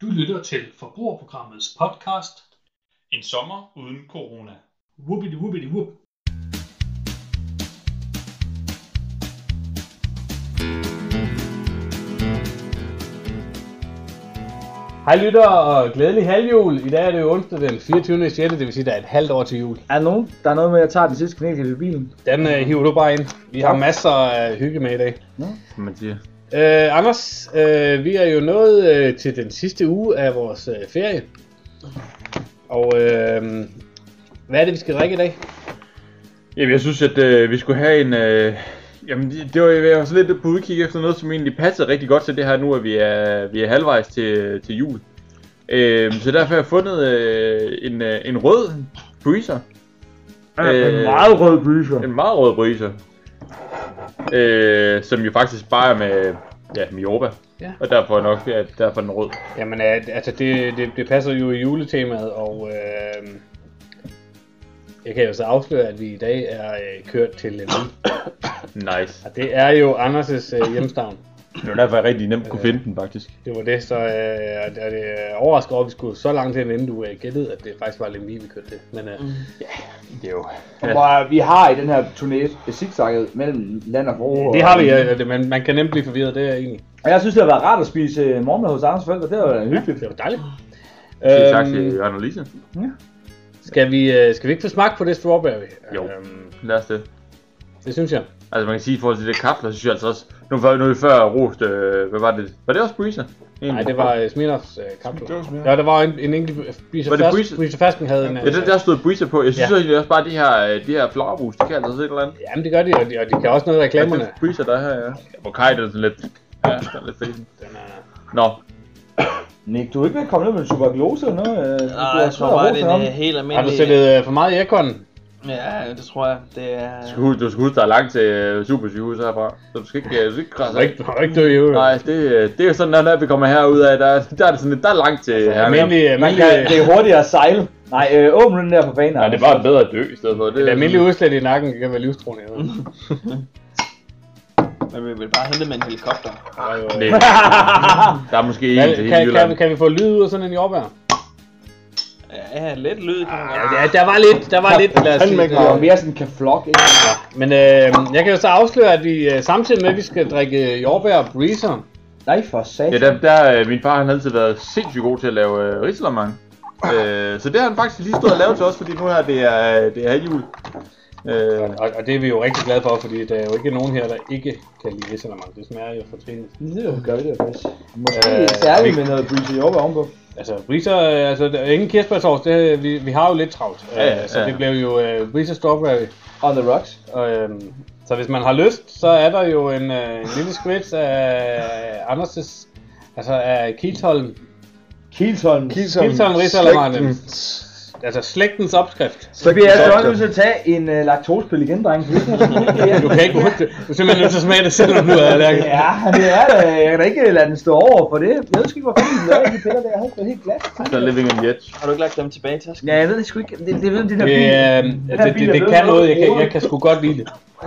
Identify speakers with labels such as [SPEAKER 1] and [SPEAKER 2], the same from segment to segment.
[SPEAKER 1] lytter til Forbrugerprogrammets podcast
[SPEAKER 2] En sommer uden corona.
[SPEAKER 1] Whoopity Whoopity Whoop.
[SPEAKER 3] Hej lytter og glædelig halvjul. I dag er det jo onsdag den 24. 6. Det vil sige, der er et halvt år til jul.
[SPEAKER 4] Er der nogen, der er noget med, at jeg tager den sidste kanel i bilen?
[SPEAKER 3] Den øh, hiver du bare ind. Vi har masser af hygge med i dag.
[SPEAKER 4] Som man siger.
[SPEAKER 3] Øh, Anders, øh, vi er jo nået øh, til den sidste uge af vores øh, ferie. Og øh, hvad er det, vi skal drikke i dag?
[SPEAKER 5] Jamen, jeg synes, at øh, vi skulle have en... Øh, jamen, det det var, jeg var sådan lidt på udkig efter noget, som egentlig passede rigtig godt til det her nu, at vi er, vi er halvvejs til, til jul. Øh, så derfor har jeg fundet øh, en, øh, en rød breezer.
[SPEAKER 4] Øh, en meget rød byser.
[SPEAKER 5] En meget rød breezer. Øh, som jo faktisk bare er med, ja, med jordbær.
[SPEAKER 3] Ja.
[SPEAKER 5] Og derfor nok, ja, derfor er den rød.
[SPEAKER 3] Jamen, øh, altså, det, det, det passer jo i juletemaet, og øh, jeg kan jo så afsløre, at vi i dag er øh, kørt til Lemvig.
[SPEAKER 5] Nice.
[SPEAKER 3] Og det er jo Anders' øh, hjemstavn.
[SPEAKER 5] Det var derfor, jeg rigtig nemt kunne finde den, faktisk.
[SPEAKER 3] Det var det, så øh, og det, og det overrasker over, at vi skulle så langt hen, inden du øh, gættede, at det faktisk var Lemvig, vi kørte til. Men
[SPEAKER 5] Mm.
[SPEAKER 3] øh,
[SPEAKER 5] Det er jo...
[SPEAKER 4] Ja. Vi har i den her turné zigzagget mellem land og forår.
[SPEAKER 3] det har vi, øh, det, man, man kan nemt blive forvirret, det er egentlig.
[SPEAKER 4] Og jeg synes, det har været rart at spise øh, morgenmad hos Anders forældre. Det har været hyggeligt.
[SPEAKER 3] Det var dejligt.
[SPEAKER 5] Øhm, tak til Jørgen og Lise.
[SPEAKER 3] skal, vi, øh, skal vi ikke få smagt på det strawberry?
[SPEAKER 5] Jo.
[SPEAKER 3] Øhm,
[SPEAKER 5] Lad os det.
[SPEAKER 3] det synes jeg.
[SPEAKER 5] Altså man kan sige i forhold til det kaffe, der synes jeg altså også, nu var nu er vi før rost, øh, hvad var det? Var det også Breezer?
[SPEAKER 3] Nej, det var øh, Smirnoffs øh, kaffe.
[SPEAKER 2] Det var Smirnoff.
[SPEAKER 3] Ja, der var en, en enkelt Breezer
[SPEAKER 5] Var det
[SPEAKER 3] Fersk-
[SPEAKER 5] Breezer?
[SPEAKER 3] Breezer Fersken havde en... øh,
[SPEAKER 5] Ja, det der stod Breezer på. Jeg synes
[SPEAKER 3] Ja.
[SPEAKER 5] ja. egentlig også bare, at de her, øh, de her flagermus, de kan altså også et eller andet. Altså,
[SPEAKER 3] Jamen det gør de, og de, og de kan også noget i reklamerne. Øh,
[SPEAKER 5] Det er Breezer, der er her, ja. ja Hokkaido er sådan lidt, ja, der er lidt fæsen.
[SPEAKER 3] Den er,
[SPEAKER 5] Nå,
[SPEAKER 4] Nick, du er ikke ved at komme ned med en tuberkulose eller noget? Øh, du
[SPEAKER 6] Nej,
[SPEAKER 4] har
[SPEAKER 6] jeg tror
[SPEAKER 4] svært at
[SPEAKER 6] bare,
[SPEAKER 4] rose
[SPEAKER 6] det er
[SPEAKER 4] ham.
[SPEAKER 6] en øh, helt
[SPEAKER 3] har du
[SPEAKER 6] almindelig...
[SPEAKER 3] sættet øh, for meget i airconen?
[SPEAKER 6] Ja, det tror jeg. Det er...
[SPEAKER 5] du skal huske, du skal huske, der er langt til øh, super sygehus herfra. Så du skal ikke, øh, du skal ikke krasse
[SPEAKER 3] Du har ikke, du har ikke død i øvrigt.
[SPEAKER 5] Nej, det, øh, det er jo sådan, at når vi kommer herud af, der, der er det sådan lidt, der er langt til altså,
[SPEAKER 3] Almindelig, øh, man
[SPEAKER 4] Men,
[SPEAKER 3] kan,
[SPEAKER 4] øh, Det er hurtigere at sejle. Nej, øh, åbn den der på banen.
[SPEAKER 5] Nej, det er bare bedre at dø i stedet for. Det,
[SPEAKER 3] et almindeligt udslæt i nakken kan være livstruende. jeg ved.
[SPEAKER 6] Man vil vel bare hente med en helikopter.
[SPEAKER 3] Der er jo-
[SPEAKER 5] Nej, der er måske en
[SPEAKER 3] Hvad,
[SPEAKER 5] til hele
[SPEAKER 3] kan, kan,
[SPEAKER 5] Jylland.
[SPEAKER 3] vi- kan vi få lyd ud af sådan en jordbær?
[SPEAKER 6] Ja, lidt lyd kan man godt.
[SPEAKER 3] Ja, der var lidt, der var lidt, lad os sige.
[SPEAKER 4] Det var mere sådan en kaflok, ikke?
[SPEAKER 3] Men øh, jeg kan jo så afsløre, at vi øh, samtidig med, at vi skal drikke øh, jordbær og breezer,
[SPEAKER 4] Nej, for satan.
[SPEAKER 5] Ja, der, der, øh, min far han har altid været sindssygt god til at lave øh, risalamande. Øh, så det har han faktisk lige stået og lavet til os, fordi nu her det er, det er jul. Øh,
[SPEAKER 3] og, og det er vi jo rigtig glade for, fordi der er jo ikke nogen her, der ikke kan lide risalamande. Det smager jo fortrinligt.
[SPEAKER 4] Det gør vi det faktisk. Måske
[SPEAKER 3] Øh,
[SPEAKER 4] særligt
[SPEAKER 3] vi-
[SPEAKER 4] med noget bryser jordbær ovenpå.
[SPEAKER 3] Altså, breezer, øh, altså der er ingen kirsebærsovs, det, øh, vi, vi har jo lidt travlt. Øh,
[SPEAKER 5] Ja, ja,
[SPEAKER 3] Så
[SPEAKER 5] ja.
[SPEAKER 3] det blev jo øh, breezer strawberry.
[SPEAKER 4] On the rocks.
[SPEAKER 3] Og, øh, så hvis man har lyst, så er der jo en, øh, en lille squirt af Anders' altså af Kitholm
[SPEAKER 4] Kielton.
[SPEAKER 3] Kilton Risalamande. Altså slægtens opskrift.
[SPEAKER 4] Så vi er altså også nødt til at tage en uh, laktosepille igen, dreng. for det er-
[SPEAKER 3] Du kan ikke undgå det. Du er simpelthen nødt til at smage det, selvom du er allergisk.
[SPEAKER 4] Ja, det er det. Jeg kan da ikke lade den stå over for det. Jeg ved sgu ikke, hvor fanden den er, de piller der. Jeg havde været helt glat.
[SPEAKER 5] så living on the edge.
[SPEAKER 6] Har du ikke lagt dem tilbage til os?
[SPEAKER 4] Ja, jeg ved det sgu ikke. Det, det ved den der
[SPEAKER 3] Det,
[SPEAKER 4] bil.
[SPEAKER 3] øh,
[SPEAKER 4] her
[SPEAKER 3] det,
[SPEAKER 4] bil
[SPEAKER 3] det,
[SPEAKER 4] er
[SPEAKER 3] det
[SPEAKER 4] blevet
[SPEAKER 3] kan
[SPEAKER 4] noget
[SPEAKER 3] noget, jeg kan,
[SPEAKER 4] rodet.
[SPEAKER 3] jeg kan sgu godt lide det.
[SPEAKER 4] Åh,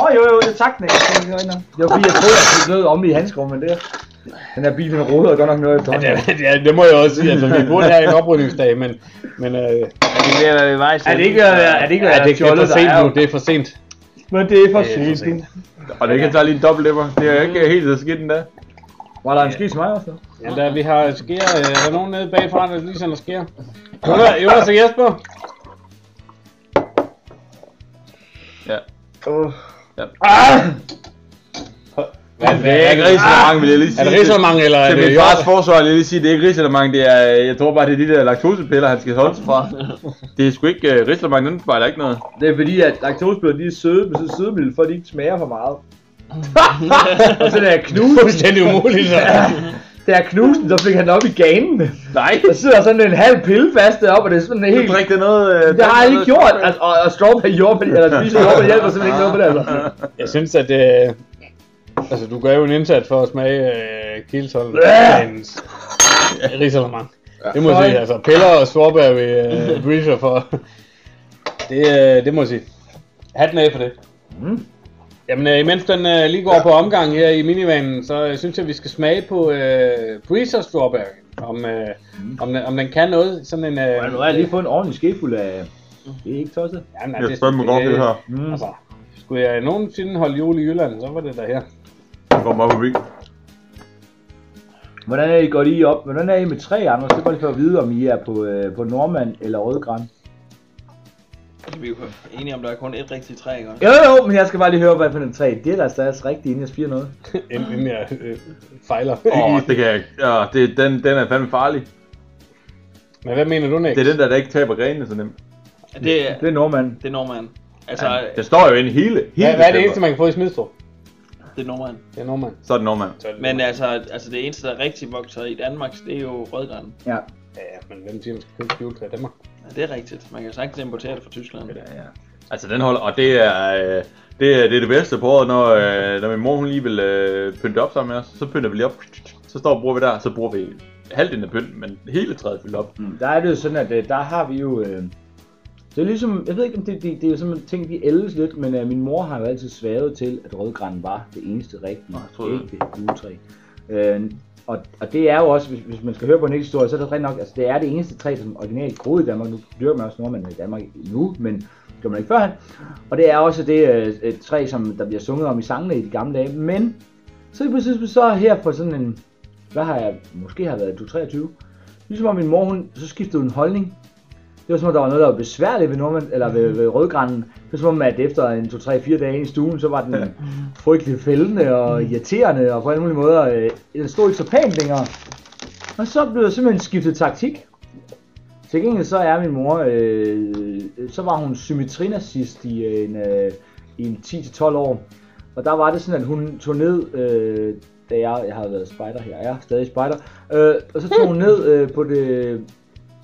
[SPEAKER 4] oh, jo, jo, det er tak, Nick. Det er rigtig nok. Det var fordi, jeg troede, at det lød om i handskerummet, men det er- Den der bil, den roder godt nok noget efterhånden. Ja,
[SPEAKER 3] Ja, det, det må jeg også sige. Altså, vi burde have en oprydningsdag, men, men øh,
[SPEAKER 6] Er det ved at være ved vej
[SPEAKER 4] er det ikke ved at være, er det ikke ved
[SPEAKER 3] ja,
[SPEAKER 4] at være
[SPEAKER 3] det, det er
[SPEAKER 4] fjollet,
[SPEAKER 3] for sent
[SPEAKER 4] der er
[SPEAKER 3] nu.
[SPEAKER 4] jo-
[SPEAKER 3] Det er for sent.
[SPEAKER 4] Men det er for
[SPEAKER 3] Det er for sent.
[SPEAKER 4] sent.
[SPEAKER 5] Og det kan tage lige en dobbelt dipper. Det er ikke helt så skidt endda.
[SPEAKER 4] Var der en skid til mig også?
[SPEAKER 3] Ja, der, vi har skær. Øh, er der nogen nede bagfra, der lige sender skær? Jonas, Jonas og Jesper.
[SPEAKER 5] Ja. Ja.
[SPEAKER 3] Ah! Hvad,
[SPEAKER 5] Det er ikke Ah, risalamande, vil jeg lige sige.
[SPEAKER 3] Er det risalamande, eller er
[SPEAKER 5] Til
[SPEAKER 3] det
[SPEAKER 5] min fars forsvar, vil jeg lige sige, det er ikke risalamande. Det er, øh, jeg tror bare, det er de der laktosepiller, han skal holde sig fra. Det er sgu ikke uh, risalamande, den fejler ikke noget.
[SPEAKER 4] Det er fordi, at laktosebøller, de er søde, men så er sødemiddel, for at de ikke smager for meget. og så da jeg
[SPEAKER 3] Det er
[SPEAKER 4] knuste,
[SPEAKER 3] fuldstændig umuligt. Så.
[SPEAKER 4] da jeg knuste den, så fik han den op i ganen.
[SPEAKER 5] Nej,
[SPEAKER 4] Der sidder sådan en halv pille fast deroppe, og det er sådan
[SPEAKER 5] du
[SPEAKER 4] helt...
[SPEAKER 5] drikker noget... øh,
[SPEAKER 4] Det har jeg ikke
[SPEAKER 5] noget-
[SPEAKER 4] gjort, altså, og, og strawberry jordbær, eller spise jordbær hjælper simpelthen ikke noget på det, altså.
[SPEAKER 3] Jeg synes, at... Øh, altså, du gør jo en indsats for at smage øh, Kiltol.
[SPEAKER 4] Ja.
[SPEAKER 3] Risalamande. Det må jeg sige. Altså, piller og strawberry øh, breezer for... Det, øh, det må jeg sige. Hatten af for det.
[SPEAKER 4] Mm.
[SPEAKER 3] Jamen, øh, imens den øh, lige går på omgang her i minivanen, så øh, synes jeg, vi skal smage på øh, breezer strawberry. om, øh,
[SPEAKER 4] Mm.
[SPEAKER 3] om, den, om den kan noget. Sådan en... Øh,
[SPEAKER 4] Nu har jeg lige fået en ordentlig skefuld af... Det er ikke tosset.
[SPEAKER 3] jamen,
[SPEAKER 5] Jeg spørger godt det her.
[SPEAKER 4] Mm.
[SPEAKER 3] Altså, skulle jeg nogensinde holde jul i Jylland, så var det der her.
[SPEAKER 5] Kom bare forbi.
[SPEAKER 4] Hvordan er I går I op? Hvordan er I med tre andre? Så bare lige for at vide, om I er på, øh, på Nordmand eller Rødgræn.
[SPEAKER 6] Så vi er jo enige om, der er kun et rigtigt træ, ikke også?
[SPEAKER 4] Jo, jo, men jeg skal bare lige høre, hvad for den tre. Det er der stadig rigtigt, inden jeg siger noget.
[SPEAKER 7] Ah.
[SPEAKER 3] Inden inden jeg øh, fejler.
[SPEAKER 5] Åh, det kan jeg ikke. Ja, det, den, den er fandme farlig.
[SPEAKER 3] Men hvad mener du, Nick?
[SPEAKER 5] Det er den der, der ikke taber grenene så nemt.
[SPEAKER 6] Ja, Det er,
[SPEAKER 4] Det er Nordmand.
[SPEAKER 6] det er normand. Altså,
[SPEAKER 5] Ja, den står jo inde hele, hele
[SPEAKER 3] Hvad, hvad er det
[SPEAKER 5] december.
[SPEAKER 3] eneste, man kan få i Smidstrup?
[SPEAKER 6] det er normand.
[SPEAKER 3] Det er nordmand.
[SPEAKER 5] Så er det nordmand.
[SPEAKER 3] Så er det
[SPEAKER 6] Men
[SPEAKER 3] nordmand.
[SPEAKER 6] altså, altså det eneste, der rigtig vokser i Danmark, det er jo rødgræn.
[SPEAKER 4] Ja.
[SPEAKER 3] Ja, ja, men hvem siger, man skal købe juletræ i Danmark?
[SPEAKER 6] Ja, det er rigtigt. Man kan sagtens importere det fra Tyskland.
[SPEAKER 5] Altså den holder, og det er, øh, det er, det er det bedste på året, når, øh, når min mor hun lige vil øh, pynte op sammen med os, så pynter vi lige op, så står og bruger vi der, så bruger vi halvdelen af pynten, men hele træet fyldt op.
[SPEAKER 4] Der er det jo sådan, at øh, der har vi jo... Øh, det er ligesom, jeg ved ikke om det, det, det er jo sådan en ting, vi ældes lidt, men øh, min mor har jo altid sværet til, at rødgræn var det eneste rigtige,
[SPEAKER 5] Nå, jeg troede det.
[SPEAKER 4] ægte juletræ. Øh, og, og det er jo også, hvis, hvis man skal høre på en historie, så er det rent nok, altså det er det eneste træ, som originalt groede i Danmark. Nu dyrker man også nordmænd i Danmark nu, men det gjorde man ikke førhen. Og det er også det øh, et træ, som der bliver sunget om i sangene i de gamle dage, men så lige pludselig så her på sådan en, hvad har jeg, måske har været 23, ligesom om min mor, hun, så skiftede hun holdning. Det var som om, der var noget, der var besværligt ved, Nordmand, eller ved, ved rødgrænden. Det var som om, at efter en 2-3-4 dage inde i stuen, så var den frygtelig fældende og irriterende, og på alle mulige måder, øh, den stod ikke så pænt længere. Og så blev der simpelthen skiftet taktik. Til gengæld så er min mor, øh, så var hun symmetrinazist i en, øh, i en 10-12 år. Og der var det sådan, at hun tog ned, øh, da jeg, jeg har været spejder her, jeg er stadig spejder, øh, og så tog hun ned øh, på det,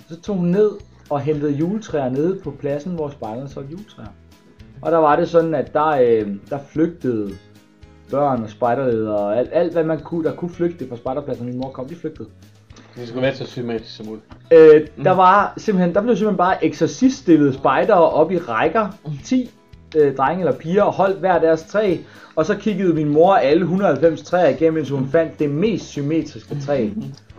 [SPEAKER 4] så tog hun ned og hentede juletræer nede på pladsen, hvor spejderne solgte juletræer. Og der var det sådan, at der, øh, der flygtede børn og spejderledere og alt, alt, hvad man kunne, der kunne flygte fra spejderpladsen, min mor kom, de flygtede.
[SPEAKER 3] Det skulle være så symmetrisk som muligt.
[SPEAKER 4] Øh, der var simpelthen, der blev simpelthen bare eksorciststillet spejdere op i rækker, 10 øh, drenge eller piger, og holdt hver deres træ, og så kiggede min mor alle 190 træer igennem, indtil hun fandt det mest symmetriske træ.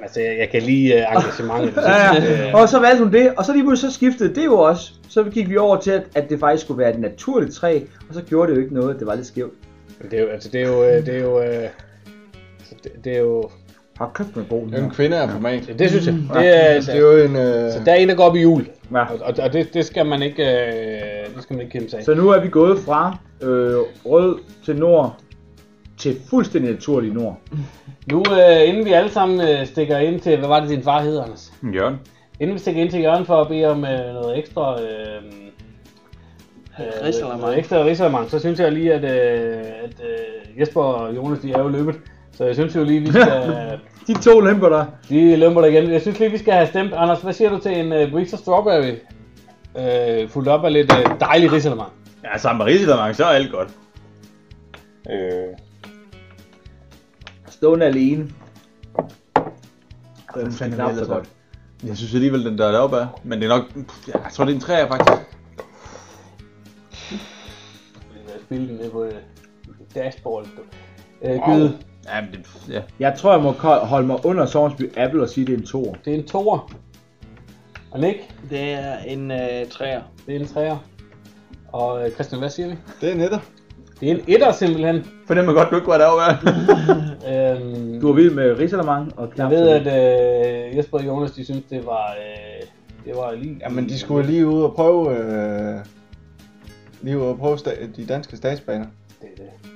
[SPEAKER 3] Altså, jeg, jeg kan lide uh, engagementet.
[SPEAKER 4] Ja, ja. Og så valgte hun det, og så lige pludselig så skiftede det jo også. Så gik vi over til, at, at det faktisk skulle være et naturligt træ, og så gjorde det jo ikke noget, at det var lidt skævt.
[SPEAKER 3] Men det er jo, altså, det er jo, øh, det er jo, øh, altså, det, det er jo, altså,
[SPEAKER 4] Har købt med bogen.
[SPEAKER 7] En kvinde er format.
[SPEAKER 3] det, det synes jeg, det er,
[SPEAKER 7] Mm. Det er jo en... Øh...
[SPEAKER 3] altså, der er en, der går op i jul,
[SPEAKER 4] Ja.
[SPEAKER 3] og, og, og det, det skal man ikke, øh, det skal man ikke kæmpe sig af.
[SPEAKER 4] Så nu er vi gået fra øh, rød til nord til fuldstændig naturlig nord.
[SPEAKER 3] Nu, øh, inden vi alle sammen øh, stikker ind til, hvad var det, din far hed, Anders?
[SPEAKER 5] Jørgen.
[SPEAKER 3] Inden vi stikker ind til Jørgen for at bede om øh, noget ekstra... Øh, øh,
[SPEAKER 6] Ridsalermang.
[SPEAKER 3] noget ekstra ridsalermang, så synes jeg lige, at, øh, at øh, Jesper og Jonas, de er jo løbet. Så jeg synes jo lige, vi skal
[SPEAKER 4] De to lemper der.
[SPEAKER 3] lige lømper dig igen. Jeg synes lige, vi skal have stemt. Anders, hvad siger du til en øh, Briggs og Strawberry? Øh, fuldt op af lidt øh, dejlig ridsalermang.
[SPEAKER 5] Ja, sammen med Rigsdagen, så er alt godt.
[SPEAKER 3] Øh.
[SPEAKER 4] Stående alene. Det er
[SPEAKER 7] fandme
[SPEAKER 4] knap så
[SPEAKER 7] ellers
[SPEAKER 4] godt.
[SPEAKER 5] Jeg synes alligevel, den der er deroppe er, men det er nok, pff, ja, jeg tror det er en træer faktisk.
[SPEAKER 3] Jeg spiller den ned på øh, dashboard. Øh, Gyde,
[SPEAKER 5] Ja, men det, pff, ja.
[SPEAKER 4] Jeg tror, jeg må ko- holde mig under Sovnsby Apple og sige, det er en toer.
[SPEAKER 3] det er en toer. Og Nick,
[SPEAKER 6] Det er en øh, træer.
[SPEAKER 3] det er en træer. Og øh, Christian, hvad siger vi?
[SPEAKER 7] Det er netter.
[SPEAKER 3] Det er en etter simpelthen.
[SPEAKER 5] Fornemmer godt, du ikke var deroppe er.
[SPEAKER 3] Øhm,
[SPEAKER 4] Du er vild med Rigsalermang og knap
[SPEAKER 3] jeg ved, at øh, Jesper og Jonas, de synes, det var, øh, det var lige...
[SPEAKER 7] Jamen, de skulle lige ud og prøve... Øh... Lige ud og prøve sta- de danske statsbaner.
[SPEAKER 3] Det, er det.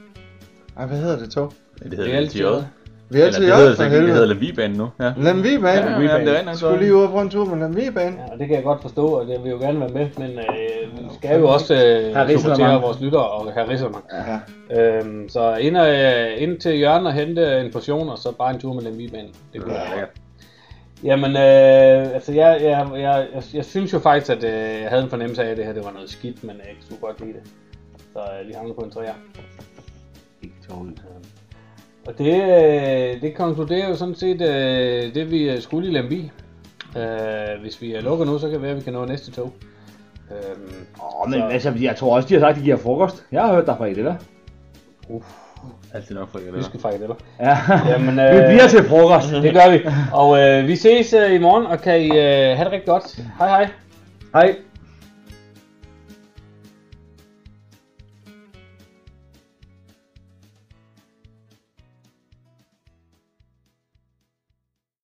[SPEAKER 7] Ej, hvad hedder det tog?
[SPEAKER 5] Det
[SPEAKER 3] det
[SPEAKER 5] hedder
[SPEAKER 3] er
[SPEAKER 5] det
[SPEAKER 3] altid
[SPEAKER 5] Jørgen.
[SPEAKER 3] noget.
[SPEAKER 7] Vi
[SPEAKER 5] Eller
[SPEAKER 7] er altid
[SPEAKER 5] det hedder
[SPEAKER 7] jagt
[SPEAKER 5] det
[SPEAKER 7] for
[SPEAKER 5] ikke, det hedder
[SPEAKER 7] helvede.
[SPEAKER 5] Lemvibanen nu. Ja.
[SPEAKER 7] Lemvibanen.
[SPEAKER 5] Ja, Lemvigbanen, det er rent,
[SPEAKER 7] Skulle lige ud og prøve en tur på Lemvibanen.
[SPEAKER 3] Ja, og det kan jeg godt forstå, og det vil jo gerne være med, men øh, vi skal jo også øh,
[SPEAKER 4] Ridselmann.
[SPEAKER 3] supportere vores lyttere og herre Rissermann.
[SPEAKER 7] Ja.
[SPEAKER 3] Øhm, så ind, og, øh, ind til hjørnet og hente en portion, og så bare en tur med den viband. Det kunne være lækkert. Jamen, øh, altså jeg, jeg, jeg, jeg, jeg synes jo faktisk, at øh, jeg havde en fornemmelse af, at det her det var noget skidt, men øh, jeg kunne godt lide det. Så øh, vi havnede på en træer.
[SPEAKER 4] Ikke tålet.
[SPEAKER 3] Og det, øh, det konkluderer jo sådan set øh, det, vi øh, skulle i Lemby. Øh, hvis vi øh, lukker nu, så kan det være, at vi kan nå næste tog. Øhm,
[SPEAKER 4] Åh, men altså, jeg tror også, de har sagt, at de giver frokost. Jeg har hørt dig fra i det der.
[SPEAKER 3] uff,
[SPEAKER 5] Altid nok frikadeller.
[SPEAKER 3] Jyske frikadeller.
[SPEAKER 4] Ja.
[SPEAKER 3] Jamen,
[SPEAKER 4] Vi
[SPEAKER 3] øh,
[SPEAKER 4] bliver til frokost.
[SPEAKER 3] det gør vi. Og øh, vi ses øh, i morgen, og kan I øh, have det rigtig godt. Hej hej.
[SPEAKER 4] Hej.